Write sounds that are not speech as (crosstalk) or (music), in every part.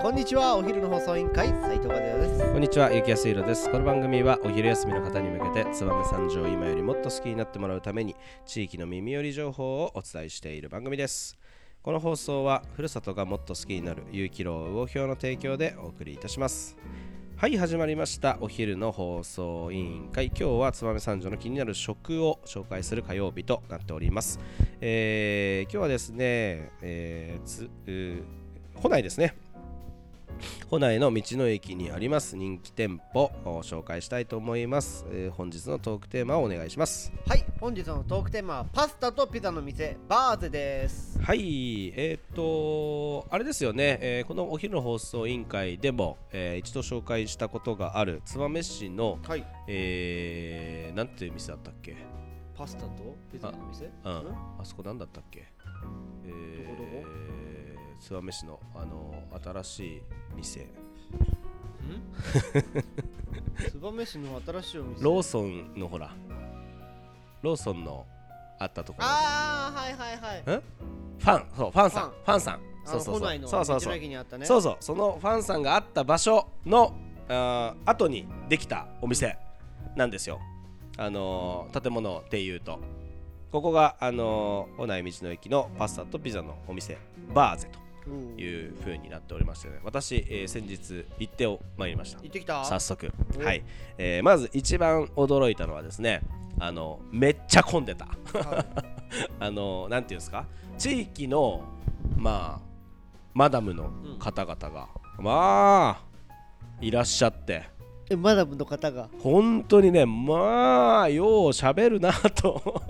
こんにちはお昼の放送委員会斉藤和也ですこんにちは、ゆきやすいろです。この番組はお昼休みの方に向けて、燕三条を今よりもっと好きになってもらうために、地域の耳寄り情報をお伝えしている番組です。この放送は、ふるさとがもっと好きになる、ゆうきろう魚表の提供でお送りいたします。はい、始まりました。お昼の放送委員会。今日は燕三条の気になる食を紹介する火曜日となっております。えー今日はですね、えーつうー来ないですね。都内の道の駅にあります人気店舗を紹介したいと思います、えー本日のトークテーマをお願いしますはい本日のトークテーマはパスタとピザの店バーゼですはいえっ、とあれですよね、えーこのお昼の放送委員会でも、えー一度紹介したことがある燕市の、はいえーなんていう店だったっけパスタとピザの店うんんあそこなんだったっけえーどこどこ燕市のあの新しい店燕市の新しいお店ローソンのほらローソンのあったところああはいはいはいんファンそうファンさんフファンさんあそのうそ都うそ内うのそうそう道そのう駅にあったねそうそうそのファンさんがあった場所のあー後にできたお店なんですよあのー建物でいうとここがあのー、お内道の駅のパスタとピザのお店バーゼうんと行いう風になっておりましてね私、えー先日行っておまいりましたってきた早速おはい、えーまず一番驚いたのはですねあのめっちゃ混んでたはい (laughs) あのなんていうんですか地域のまあマダムの方々が、まあいらっしゃってえマダムの方が本当にねまあよう喋るなと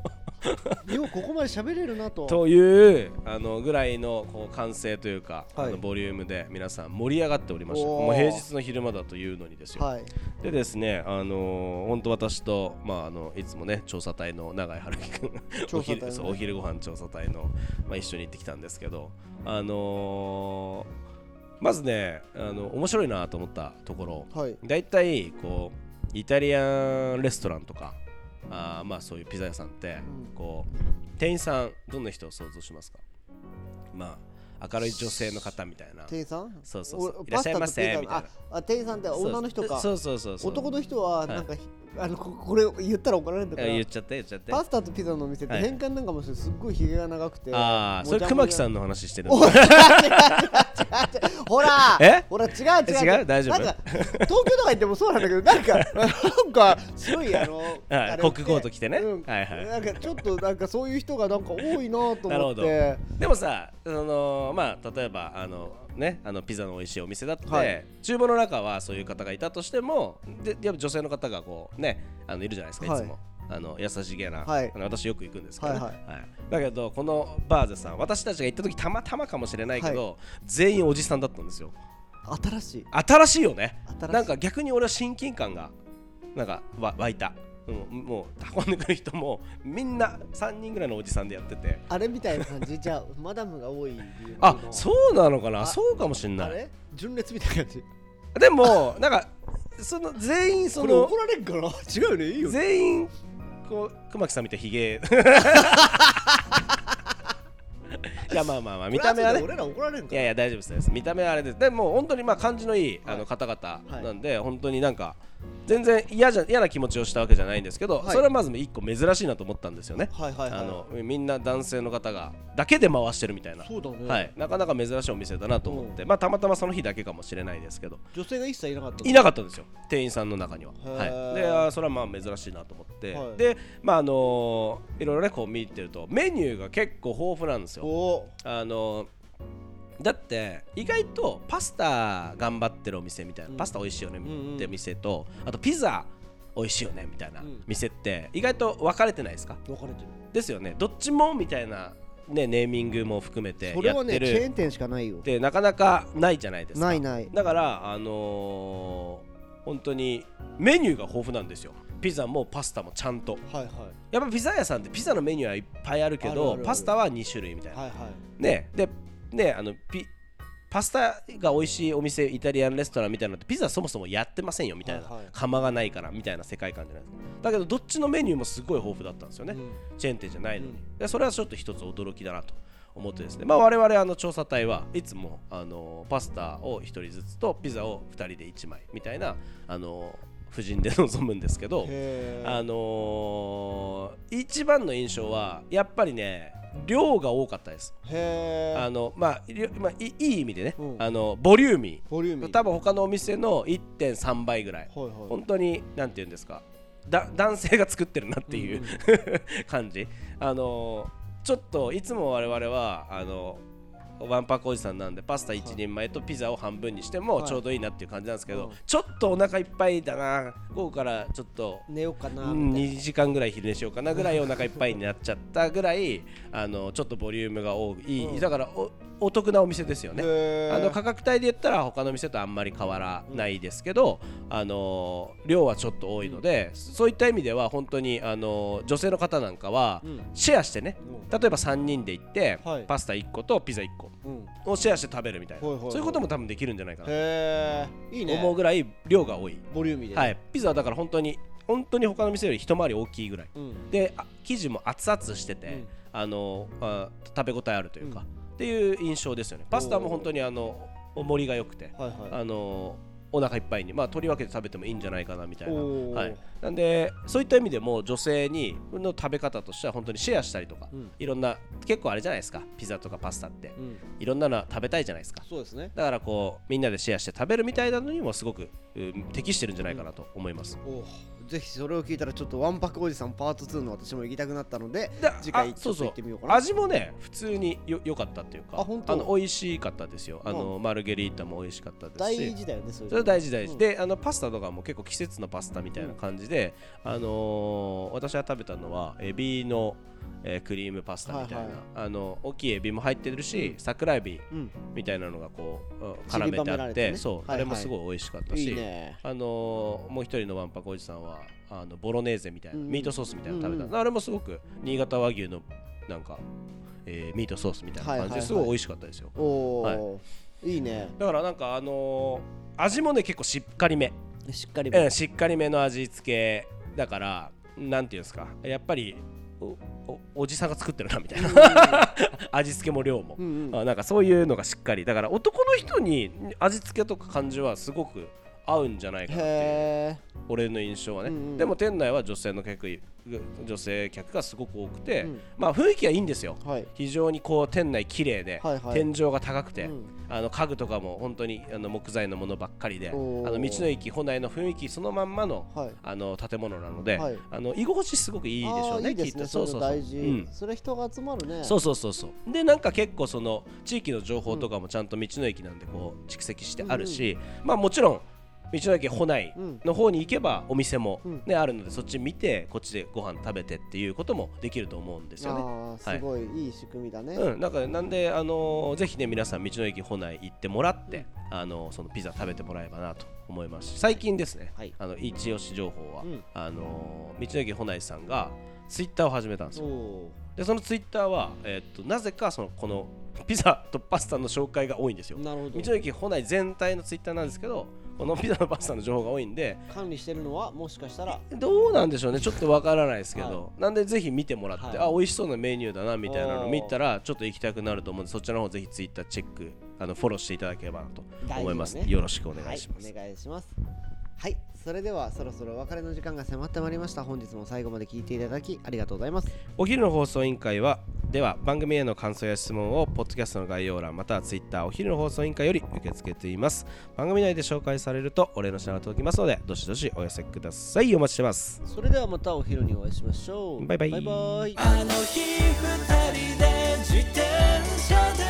ようここまで喋れるなとというあのぐらいのこう歓声というか、はいあのボリュームで皆さん盛り上がっておりましたおーもう平日の昼間だというのにですよ、はいでですねあの本当私とまああのいつもね調査隊の永井春樹君 (laughs) 調査隊お昼のねそうお昼ご飯調査隊の、まあ、一緒に行ってきたんですけどあのーまずねあの面白いなと思ったところはいだいたいこうイタリアンレストランとかあーまあそういうピザ屋さんって、うんこう店員さんどんな人を想像しますかまあ明るい女性の方みたいな店員さんそうそうそうおいらっしゃいませパスタとピみたザいのなああ店員さんって女の人かそうそうそうそう男の人はなんか、あのここれ言ったら怒られるんだかあら言っちゃって言っちゃってパスタとピザのお店ってはい変換なんかもしてすっごいひげが長くてああそれ熊木さんの話してる (laughs) お違う違う違う違うほらえほら違う違う違う大丈夫なんか東京とか行ってもそうなんだ (laughs) けどなんかなんか白いあのあれを着て国語と来てねうんはいはいなんかちょっとなんかそういう人がなんか多いなと (laughs) なる思っほどてでもさそのまあ例えばあのねあのピザの美味しいお店だって、はい厨房の中はそういう方がいたとしてもでやっぱ女性の方がこうねあのいるじゃないですか、はいい、つも。あの優しげな、はいあの私よく行くんですけどね、はいだけどこのバーゼさん私たちが行った時たまたまかもしれないけど、全員おじさんだったんですよ新しい新しいよね新しいなんか逆に俺は親近感がなんかわ湧いた、うん、もう運んでくる人もみんな3人ぐらいのおじさんでやっててあれみたいな感じ (laughs) じゃあマダムが多い理由あのそうなのかあなそうかもしんあないれ純烈みたいな感じでもなんかその全員そこれの怒られんかな違うよねいいよね全員こう熊木さんみたいなヒゲ (laughs) いやまあまあまあ見た目はね俺ら怒られんかいなやいや大丈夫です大丈夫です見た目はあれですでも本当にまあ感じのいい、あの方々なんで、本当になんか全然嫌じゃ嫌な気持ちをしたわけじゃないんですけど、はいそれはまず一個珍しいなと思ったんですよね、はいはいはいあのみんな男性の方がだけで回してるみたいな、そうだね、はい、なかなか珍しいお店だなと思って、まあたまたまその日だけかもしれないですけど女性が一切いなかったいなかったんですよ店員さんの中には、へーはい、であーそれはまあ珍しいなと思って、はいでまああのーいろいろねこう見てるとメニューが結構豊富なんですよおあのだって意外とパスタ頑張ってるお店みたいな、うんパスタ美味しいよねんうんって店と、あとピザ美味しいよねみたいなうん店って意外と分かれてないですか分かれてるですよねどっちもみたいな、ね、ネーミングも含めてそれやはってねチるェーン店しかないよでなかなかないじゃないですかないないだからあのー本当にメニューが豊富なんですよピザもパスタもちゃんとはいはいやっぱピザ屋さんってピザのメニューはいっぱいあるけあるどあるあるパスタは2種類みたいなはいはいねでねあのピパスタが美味しいお店イタリアンレストランみたいなのってピザそもそもやってませんよみたいな、はいはい釜がないからみたいな世界観じゃないですかだけどどっちのメニューもすごい豊富だったんですよね、うんチェーン店じゃないのに、うでそれはちょっと一つ驚きだなと思ってですね、まあ、我々あの調査隊はいつもあのパスタを1人ずつとピザを2人で1枚みたいなあの布陣で臨むんですけどへあーのー一番の印象はやっぱりね量が多かったです。へーあのまあ、りょまあ、いいい意味でね、うんあのボリューミボリューミーー多分他のお店の1.3倍ぐらいはいはい本当に何て言うんですかだ男性が作ってるなっていうう、ん (laughs) 感じあのちょっといつも我々はあのワンパックおじさんなんでパスタ1人前とピザを半分にしてもはいちょうどいいなっていう感じなんですけど、うんちょっとお腹いっぱいだな午後からちょっと寝ようかなうん2時間ぐらい昼寝しようかなぐらいお腹いっぱいになっちゃったぐらいあのちょっとボリュームが多い、うんだからおお得なお店ですよね。あの価っ格帯で言ったら他の店とあんまり変わらないですけど、あの量はちょっと多いので、そういった意味では本当にあの女性の方なんかはうんシェアしてね例えば3人で行って、はいパスタ1個とピザ1個うんをシェアして食べるみたいな、はいはいはいそういうことも多分できるんじゃないかなへえいいとね思うぐらい量が多い、ボリューミーではい、ピザはだから本当に本当に他の店より一回り大きいぐらいうんであ生地も熱々してて、うんあのあ食べ応えあるというか、うんっていう印象ですよねパスタも本当にあのお盛りが良くて、はいはあのお腹いっぱいにまあ取り分けて食べてもいいんじゃないかなみたいな、おーはい、なんでそういった意味でも女性にの食べ方としては本当にシェアしたりとか、うんいろんな結構あれじゃないですかピザとかパスタっていうんいろんなの食べたいじゃないですかそうですねだからこうみんなでシェアして食べるみたいなのにもすごくうん適してるんじゃないかなと思います、おーぜひそれを聞いたらちょっとわんぱくおじさんパート2の私も行きたくなったのでで次あ回ちそょっとうそう行ってみようかな味もね普通によ良かったっていうかあ本当の美味しかったですよあの、マルゲリータも美味しかったです大し事だよねそそれは大事大事、うんであのパスタとかも結構季節のパスタみたいな感じで、あのー私は食べたのはエビの、えークリームパスタみたいな、はいはいあの大きいエビも入ってるし、桜エビうんみたいなのがこううんち絡りめばてめあらっれててねそう、はいはいあれもすごい美味しかったしいいねあのーもう一人のわんぱくおじさんはあのボロネーゼみたいな、うんミートソースみたいなの食べた、うんうあれもすごく新潟和牛のなんか、えーミートソースみたいな感じはいはいではいすごい美味しかったですよ、おーいいねだからなんかあのー味もね結構しっかりめしっかりええしっかりめの味付けだからなんていうんですかやっぱりおおおじさんが作ってるなみたいな (laughs) 味付けも量も、うんうんあなんかそういうのがしっかりだから男の人に味付けとか感じはすごく合うんじゃないかなっていうへ俺の印象はね、うんうんでも店内は女性の客い女性客がすごく多くて、うんまあ雰囲気はいいんですよえはい非常にこう店内綺麗で、はいはい天井が高くて、うんあの家具とかも本当にあの木材のものばっかりであおーの道の駅本来の雰囲気そのまんまの,、はいあの建物なので、はいあの居心地すごくいいでしょうあーねいいできっすねとそういうの大事、うんそれ人が集まるねそうそうそうそうでなんか結構その地域の情報とかもちゃんと道の駅なんでこう蓄積してあるし、まあもちろん道の駅保内の方に行けばお店も、うんねあるのでそっち見てこっちでご飯食べてっていうこともできると思うんですよね。あーはいすごい、い、い仕組みだね、うん、なんかなんで、あのーぜひね皆さん道の駅保内行ってもらって、あのーそのピザ食べてもらえばなと思いますし最近ですね、はいあの一押し情報は、うんあのー道の駅保内さんがツイッターを始めたんですよおでそのツイッターは、えーっとなぜかそのこの (laughs) ピザとパスタの紹介が多いんですよーなるほ道どの駅保内全体のツイッターなんですけどこのピザとパスタの情報が多いんで管理してるのはもしかしたらどうなんでしょうねちょっとわからないですけど、はなんでぜひ見てもらって、はいあ美味しそうなメニューだなみたいなのおー見たらちょっと行きたくなると思うんでそっちの方ぜひツイッターチェックあのフォローしていただければなと思います、大事だねよろしくお願いします、はい、お願いしますはいそれではそろそろお別れの時間が迫ってまいりました本日も最後まで聞いていただきありがとうございますお昼の放送委員会はでは番組への感想や質問をポッドキャストの概要欄またはツイッターお昼の放送委員会より受け付けています番組内で紹介されるとお礼の品が届きますのでどしどしお寄せくださいお待ちしてますそれではまたお昼にお会いしましょうバイバイバイバイあの日二人で自転車で